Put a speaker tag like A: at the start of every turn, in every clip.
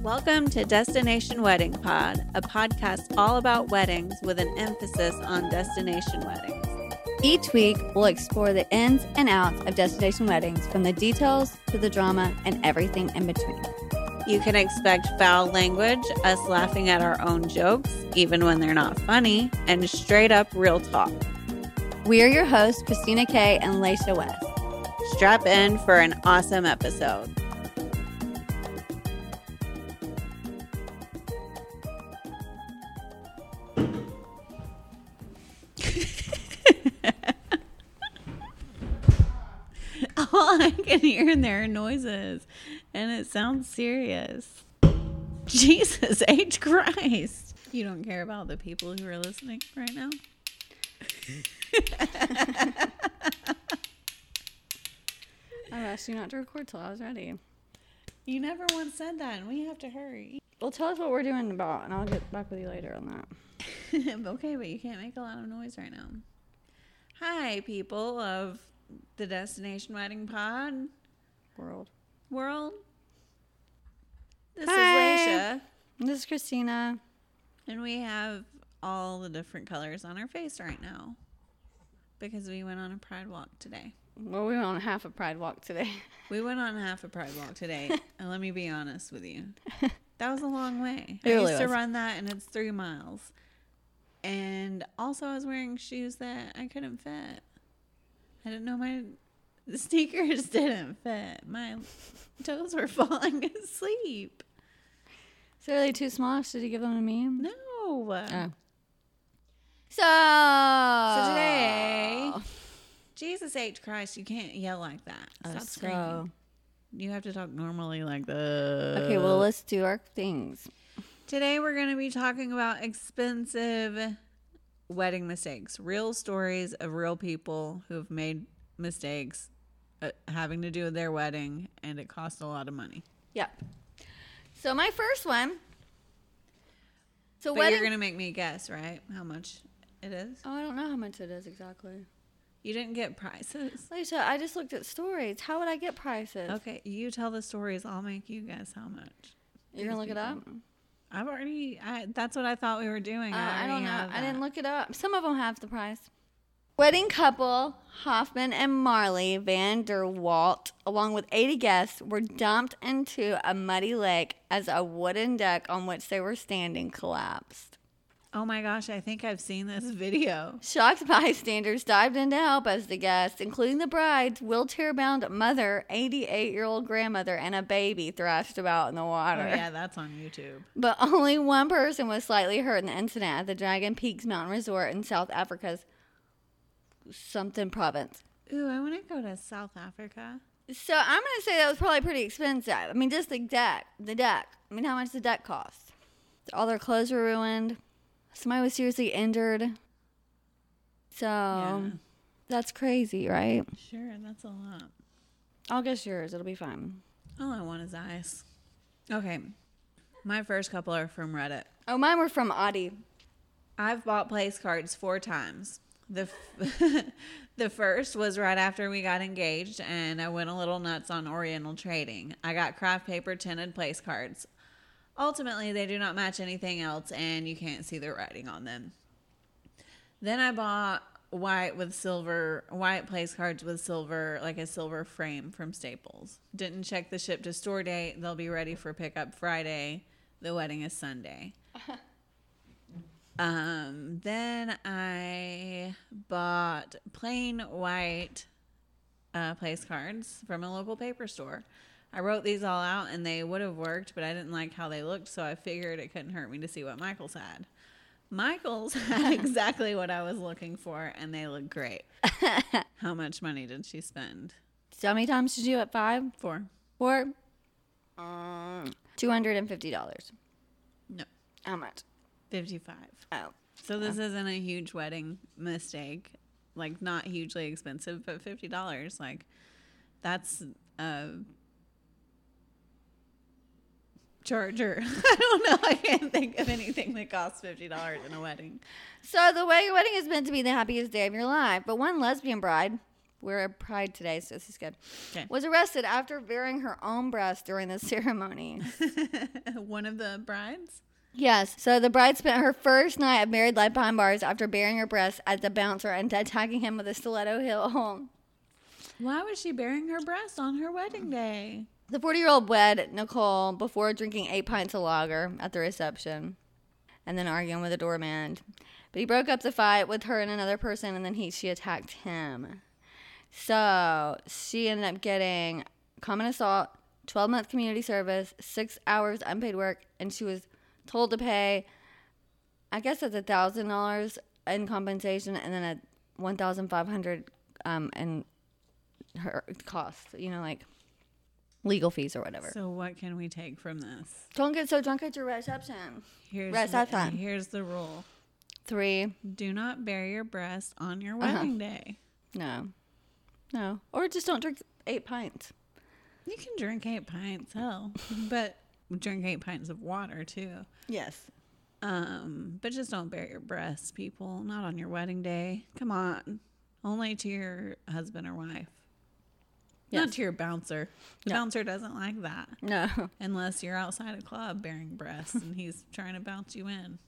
A: Welcome to Destination Wedding Pod, a podcast all about weddings with an emphasis on destination weddings.
B: Each week, we'll explore the ins and outs of destination weddings from the details to the drama and everything in between.
A: You can expect foul language, us laughing at our own jokes, even when they're not funny, and straight up real talk.
B: We are your hosts, Christina Kay and Laisha West.
A: Strap in for an awesome episode. All I can hear in there are noises, and it sounds serious. Jesus H. Christ. You don't care about the people who are listening right now?
B: I asked you not to record till I was ready.
A: You never once said that, and we have to hurry.
B: Well, tell us what we're doing about, and I'll get back with you later on that.
A: okay, but you can't make a lot of noise right now. Hi, people of the Destination Wedding Pod
B: World.
A: world. This is
B: Hi.
A: Leisha,
B: This is Christina.
A: and we have all the different colors on our face right now because we went on a pride walk today.
B: Well, we went on half a pride walk today.
A: We went on half a pride walk today, and let me be honest with you, that was a long way. I
B: It really
A: used to
B: was.
A: run that, and it's three miles. And also, I was wearing shoes that I couldn't fit. I didn't know my the sneakers didn't fit. My toes were falling asleep.
B: So, are they too small? Should you give them to me?
A: No.
B: Oh. So,
A: So
B: so
A: today, Jesus H Christ, you can't yell like that.
B: Oh,
A: Stop screaming. You have to talk normally like this.
B: Okay, well, let's do our things.
A: Today we're going to be talking about expensive wedding mistakes, real stories of real people who've made mistakes uh, having to do with their wedding, and it cost a lot of money.
B: Yep. So my first one. So
A: But
B: wedding.
A: you're going to make me guess, right? How much it is?
B: oh, I don't know how much it is exactly.
A: You didn't get prices.
B: Lisa, I just looked at stories. How would I get prices?
A: Okay, you tell the stories. I'll make you guess how much.
B: You're gonna look it up.
A: I've already. I, that's what I thought we were doing.
B: Uh, I
A: already
B: don't know.
A: have
B: I
A: that.
B: didn't look it up. Some of them have the price. Wedding couple Hoffman and Marley Vanderwalt, along with 80 guests, were dumped into a muddy lake as a wooden deck on which they were standing collapsed.
A: Oh my gosh! I think I've seen this video.
B: Shocked bystanders dived in to help as the guests, including the bride's wheelchair bound mother, 88 year old grandmother, and a baby thrashed about in the
A: Oh
B: water.
A: yeah, that's on YouTube.
B: But only one person was slightly hurt in the incident at the Dragon Peaks Mountain Resort in South Africa's something province.
A: Ooh, I want to go to South Africa.
B: So I'm going to say that was probably pretty expensive. I mean, just the deck, the deck. I mean, how much the deck cost? All their clothes were ruined. Somebody was seriously injured. So
A: Yeah.
B: Um, that's crazy, right?
A: Sure, that's a lot.
B: I'll guess yours. It'll be fine.
A: All I want is ice. Okay. My first couple are from Reddit.
B: Oh, mine were from Audie.
A: I've bought place cards four times. The f- the first was right after we got engaged and I went a little nuts on oriental trading. I got craft paper tinted place cards. Ultimately, they do not match anything else and you can't see the writing on them. Then I bought white with silver, white place cards with silver, like a silver frame from Staples. Didn't check the ship to store date. They'll be ready for pickup Friday. The wedding is Sunday. Um, then I bought plain white uh, place cards from a local paper store. I wrote these all out and they would have worked, but I didn't like how they looked, so I figured it couldn't hurt me to see what Michael's had. Michael's had exactly what I was looking for, and they looked great. how much money did she spend?
B: So how many times did you do it? Five?
A: Four?
B: Four? Mm, $250.
A: No,
B: How much?
A: 55.
B: Oh.
A: So this isn't a huge wedding mistake, like not hugely expensive, but fifty dollars, like that's a charger. I don't know. I can't think of anything that costs fifty dollars in a wedding.
B: So the way your wedding is meant to be the happiest day of your life, but one lesbian bride We're at Pride today, so this is good.
A: 'Kay.
B: Was arrested after bearing her own breast during the ceremony.
A: One of the brides?
B: Yes. So the bride spent her first night of married life behind bars after bearing her breast at the bouncer and attacking him with a stiletto heel.
A: Why was she bearing her breast on her wedding day?
B: The 40 year old wed Nicole before drinking eight pints of lager at the reception and then arguing with a doorman. But he broke up the fight with her and another person, and then he she attacked him. So she ended up getting common assault, 12 month community service, six hours unpaid work, and she was told to pay, I guess it's a thousand dollars in compensation and then a 1,500 um, in her cost, you know, like legal fees or whatever.
A: So, what can we take from this?
B: Don't get so drunk at your reception.
A: Here's,
B: Right, stop
A: the,
B: sign.
A: here's the rule
B: Three,
A: do not bear your breast on your
B: Uh-huh.
A: wedding day.
B: no, no, or just don't drink eight pints.
A: You can drink eight pints, hell, but drink eight pints of water too.
B: Yes.
A: Um, but just don't bear your breasts, people. Not on your wedding day. Come on. Only to your husband or wife. Not
B: Yes.
A: to your bouncer.
B: No.
A: Bouncer doesn't like that.
B: No.
A: Unless you're outside a club bearing breasts and he's trying to bounce you in.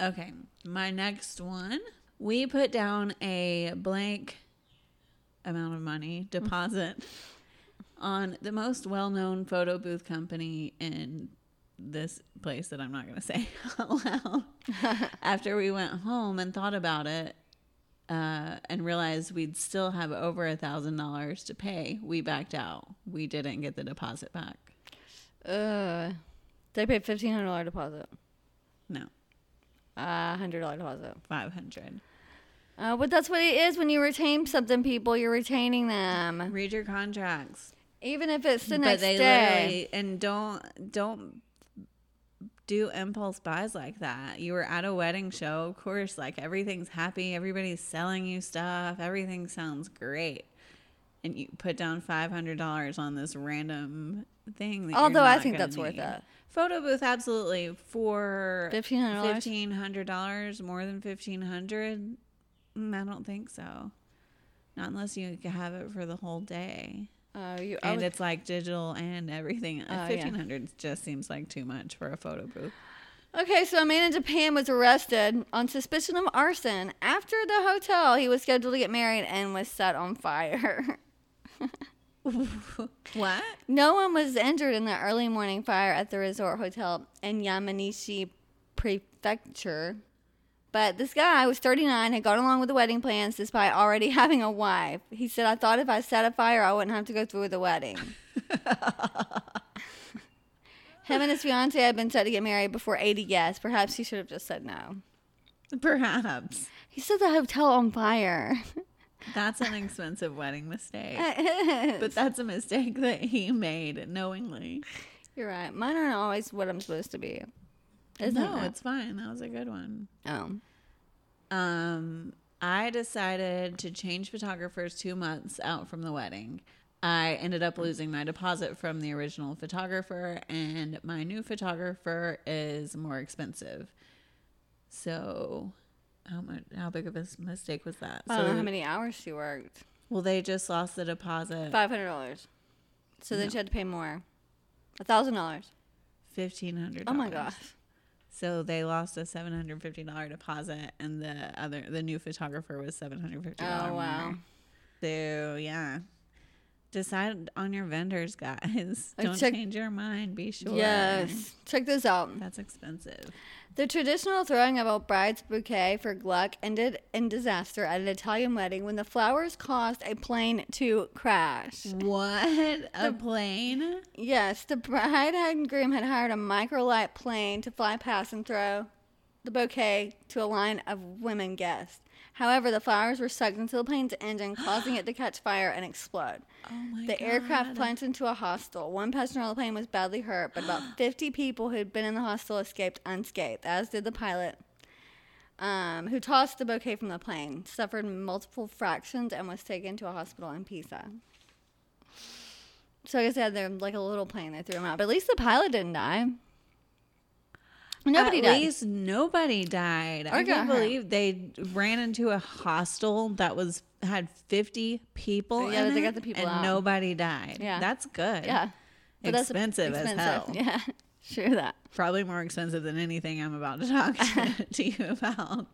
A: Okay, my next one. We put down a blank amount of money deposit on the most well known photo booth company in this place that I'm not going to say out loud. After we went home and thought about it uh, and realized we'd still have over a $1,000 to pay, we backed out. We didn't get the deposit back.
B: Ugh. Uh, They paid fifteen hundred dollar deposit.
A: No,
B: Uh, hundred dollar deposit.
A: 500.
B: Uh, but that's what it is when you retain something, people. You're retaining them,
A: Read your contracts.
B: even if it's the
A: but
B: next
A: they
B: day.
A: literally and don't don't do impulse buys like that. You were at a wedding show, of course, like everything's happy, everybody's selling you stuff, everything sounds great. And you put down five hundred dollars on this random thing. That you're
B: Although I
A: not
B: think
A: gonna
B: that's worth
A: need.
B: it.
A: Photo booth, absolutely for
B: Fifteen hundred dollars.
A: fifteen hundred dollars more than fifteen hundred mm, i don't think so not unless you have it for the whole day
B: Oh, you. I
A: and
B: would-
A: it's like digital and everything
B: yeah.
A: fifteen hundred just seems like too much for a photo booth
B: Okay, so a man in Japan was arrested on suspicion of arson after the hotel he was scheduled to get married and was set on fire.
A: what
B: No one was injured in the early morning fire at the resort hotel in Yamanishi Prefecture. But this guy was 39, had gone along with the wedding plans despite already having a wife. He said, I thought if I set a fire, I wouldn't have to go through with the wedding. Him and his fiance had been set to get married before 80 guests. Perhaps he should have just said no.
A: perhaps
B: He set the hotel on fire.
A: that's an expensive wedding mistake but that's a mistake that he made knowingly
B: You're right. Mine aren't always what I'm supposed to be. Isn't
A: no
B: it?
A: it's fine that was a good one
B: oh.
A: um, I decided to change photographers two months out from the wedding. I ended up losing my deposit from the original photographer, and my new photographer is more expensive. So, how much? How big of a s- mistake was that?
B: Um, I don't know
A: So,
B: how many hours she worked.
A: well, they just lost the deposit.
B: Five hundred dollars. So then she had to pay more. A thousand dollars.
A: Fifteen hundred.
B: Oh my gosh.
A: So they lost a seven hundred fifty dollar deposit, and the other the new photographer was seven hundred fifty.
B: Oh wow.
A: So yeah, decide on your vendors, guys.
B: I
A: Don't
B: check-
A: change your mind. Be sure.
B: Yes. Check this out.
A: that's expensive.
B: The traditional throwing of a bride's bouquet for Gluck ended in disaster at an Italian wedding when the flowers caused a plane to crash.
A: What a plane!
B: Yes, the bride and groom had hired a microlight plane to fly past and throw the bouquet to a line of women guests. However, the flowers were sucked into the plane's engine, causing it to catch fire and explode.
A: Oh my
B: The aircraft
A: God.
B: plunged into a hostel. One passenger on the plane was badly hurt, but about 50 people who'd been in the hostel escaped unscathed, as did the pilot, um, who tossed the bouquet from the plane, suffered multiple fractions, and was taken to a hospital in Pisa. So I guess they had their like a little plane. They threw him out, but at least the pilot didn't die. Nobody
A: At
B: died.
A: least nobody died. I
B: got
A: can't
B: hurt.
A: believe they ran into a hostel that was had 50 people
B: Yeah,
A: in
B: they
A: it
B: got the people
A: and
B: out.
A: nobody died.
B: Yeah.
A: That's good.
B: Yeah. But that's
A: Expensive as hell.
B: Yeah. Sure that.
A: Probably more expensive than anything I'm about to talk to, to you about.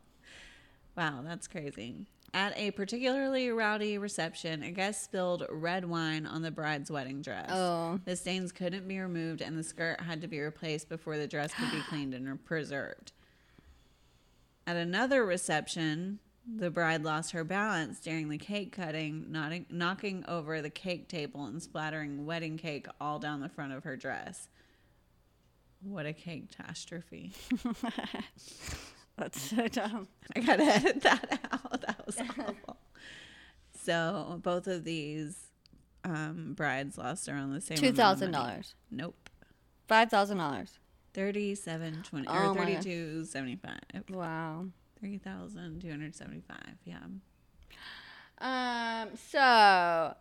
A: Wow, that's crazy. At a particularly rowdy reception, a guest spilled red wine on the bride's wedding dress.
B: Oh.
A: The stains couldn't be removed, and the skirt had to be replaced before the dress could be cleaned and preserved. At another reception, the bride lost her balance during the cake cutting, nodding, knocking over the cake table and splattering wedding cake all down the front of her dress. What a cake catastrophe.
B: That's so dumb.
A: I gotta edit that out. That was awful. So both of these um, brides lost around the same
B: Two
A: amount of
B: thousand
A: money.
B: dollars.
A: Nope.
B: Five thousand dollars.
A: Thirty-seven twenty
B: Oh
A: or
B: my gosh.
A: thirty-two seventy-five.
B: Wow.
A: Three thousand two hundred seventy-five. Yeah.
B: Um, so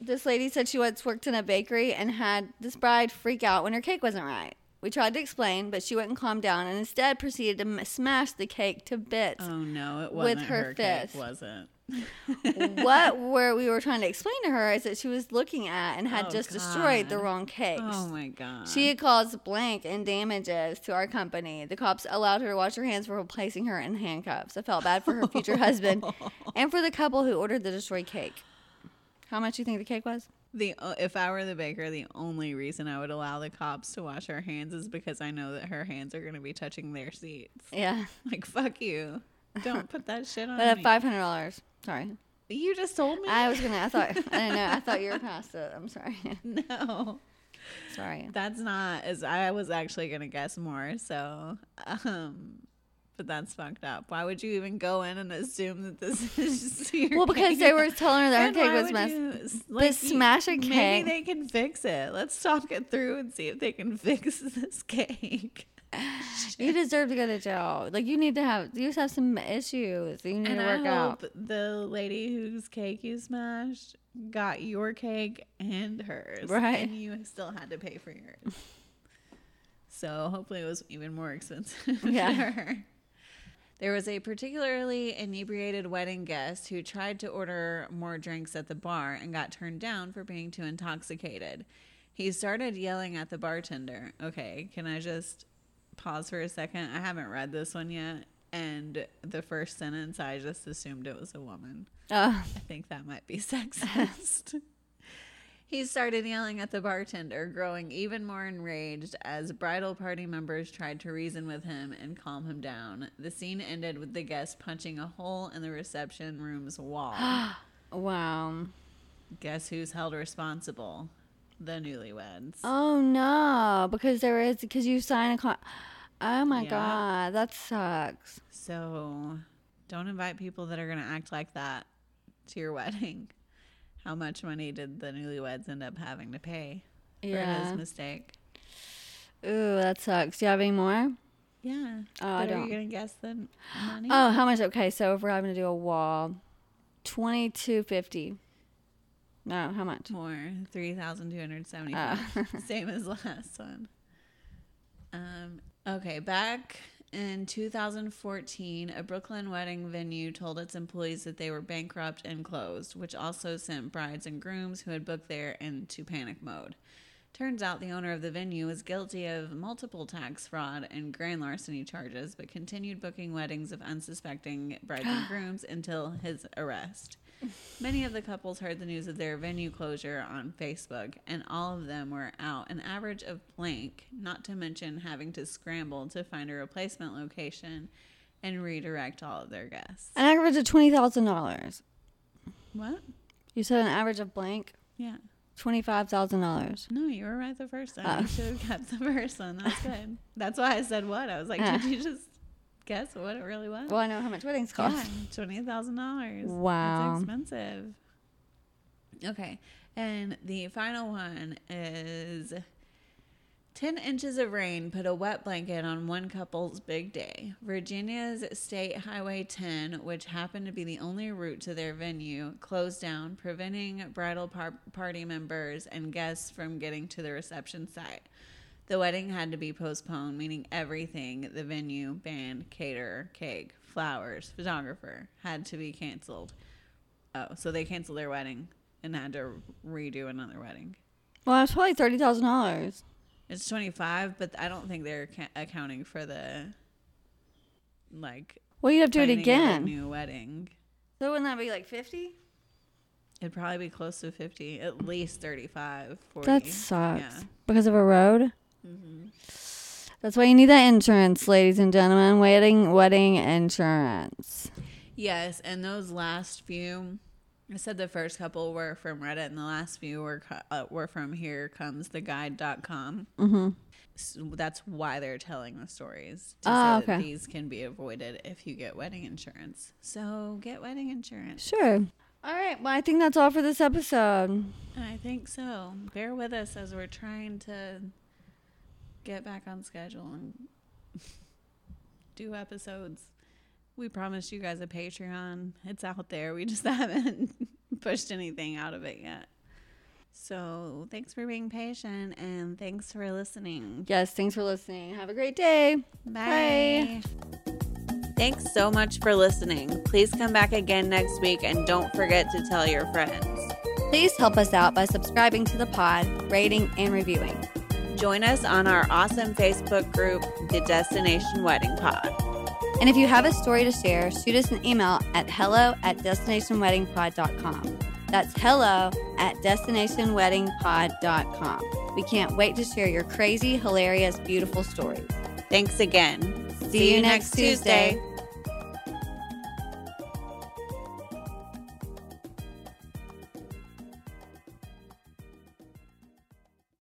B: this lady said she once worked in a bakery and had this bride freak out when her cake wasn't right. We tried to explain, but she wouldn't calm down and instead proceeded to m- smash the cake to bits.
A: Oh no, it
B: With
A: wasn't
B: her
A: her,
B: fist.
A: cake, was it?
B: what were we were trying to explain to her is that she was looking at and had
A: Oh,
B: just destroyed the
A: God.
B: wrong cakes.
A: Oh my god.
B: She had caused blank and damages to our company. The cops allowed her to wash her hands before placing her in handcuffs. I felt bad for her future husband and for the couple who ordered the destroyed cake. How much do you think the cake was?
A: the o- if I were the baker, the only reason I would allow the cops to wash her hands is because I know that her hands are going to be touching their seats.
B: Yeah,
A: Like fuck you. Don't put that shit on
B: but at
A: me.
B: five hundred dollars. Sorry,
A: you just told me.
B: I was gonna. I thought I don't know. I thought you were past it. I'm sorry.
A: no.
B: sorry.
A: That's not as I was actually gonna guess more. So, um, but that's fucked up. Why would you even go in and assume that this is your
B: Well, because
A: cake?
B: they were telling her that her
A: And
B: cake
A: why
B: was
A: would
B: messed.
A: you s- like, you-
B: smash a cake-
A: Maybe they can fix it. Let's talk it through and see if they can fix this cake.
B: You deserve to go to jail. Like you need to have. You have some issues. You need
A: And
B: to
A: I
B: work out.
A: hope the lady whose cake you smashed got your cake and hers,
B: Right.
A: And you still had to pay for yours. so hopefully it was even more expensive.
B: Yeah.
A: Yeah. For her. There was a particularly inebriated wedding guest who tried to order more drinks at the bar and got turned down for being too intoxicated. He started yelling at the bartender. Okay, can I just pause for a second? I haven't read this one yet. And the first sentence, I just assumed it was a woman.
B: Oh,
A: I think that might be sexist. he started yelling at the bartender, growing even more enraged as bridal party members tried to reason with him and calm him down. The scene ended with the guest punching a hole in the reception room's wall.
B: wow.
A: Guess who's held responsible? The newlyweds.
B: Oh no, because there is because you sign a con. Oh my
A: Yeah.
B: god, that sucks.
A: So don't invite people that are going to act like that to your wedding. How much money did the newlyweds end up having to pay for
B: Yeah.
A: his mistake?
B: Ooh, that sucks. Do you have any more?
A: Yeah.
B: Oh, I
A: but are
B: don't.
A: you gonna guess the n- money?
B: Oh, how much? Okay, so if we're having to do a wall, twenty two fifty. No, how much?
A: More three thousand two hundred seventy-five. Same as last one. Um. Okay. Back in 2014, a Brooklyn wedding venue told its employees that they were bankrupt and closed, which also sent brides and grooms who had booked there into panic mode. Turns out the owner of the venue was guilty of multiple tax fraud and grand larceny charges, but continued booking weddings of unsuspecting brides and grooms until his arrest. Many of the couples heard the news of their venue closure on Facebook, and all of them were out an average of blank, not to mention having to scramble to find a replacement location and redirect all of their guests.
B: An average of twenty thousand dollars.
A: What?
B: You said an average of blank
A: Yeah.
B: twenty five thousand dollars.
A: No, you were right the first time.
B: Oh.
A: You should have kept the first one. That's good. That's why I said what. I was like,
B: Yeah.
A: did you just guess what it really was?
B: Well, I know how much weddings cost.
A: Yeah, twenty thousand dollars.
B: Wow.
A: that's expensive. Okay, and the final one is ten inches of rain put a wet blanket on one couple's big day. Virginia's State Highway 10, which happened to be the only route to their venue, closed down, preventing bridal par- party members and guests from getting to the reception site. The wedding had to be postponed, meaning everything the venue, band, caterer, cake, flowers, photographer had to be canceled. Oh, so they canceled their wedding and had to redo another wedding.
B: Well, it's probably thirty thousand dollars.
A: It's 25, but I don't think they're ca- accounting for the like
B: Well, you have to do it
A: planning of a
B: again.
A: new wedding.
B: So wouldn't that be like fifty?
A: It'd probably be close to 50, at least 35, 40.
B: That sucks
A: Yeah. Mm-hmm.
B: because of a road. That's why you need that insurance, ladies and gentlemen. Wedding, wedding insurance.
A: Yes, and those last few I said the first couple were from Reddit and the last few were co- uh, were from here comes the guide.com. Mhm.
B: Mm-hmm.
A: So that's why they're telling the stories to
B: Oh,
A: say that
B: okay.
A: these can be avoided if you get wedding insurance. So get wedding insurance.
B: Sure. All right. Well, I think that's all for this episode.
A: I think so. Bear with us as we're trying to get back on schedule and do episodes. We promised you guys a Patreon. It's out there. We just haven't pushed anything out of it yet. So thanks for being patient and thanks for listening.
B: Yes. Thanks for listening. Have a great day.
A: Bye. Thanks so much for listening. Please come back again next week and don't forget to tell your friends.
B: Please help us out by subscribing to the pod, rating, and reviewing.
A: Join us on our awesome Facebook group, The Destination Wedding Pod.
B: And if you have a story to share, shoot us an email at hello at destinationweddingpod.com. That's hello at destinationweddingpod.com. We can't wait to share your crazy, hilarious, beautiful stories.
A: Thanks again.
B: See you next Tuesday.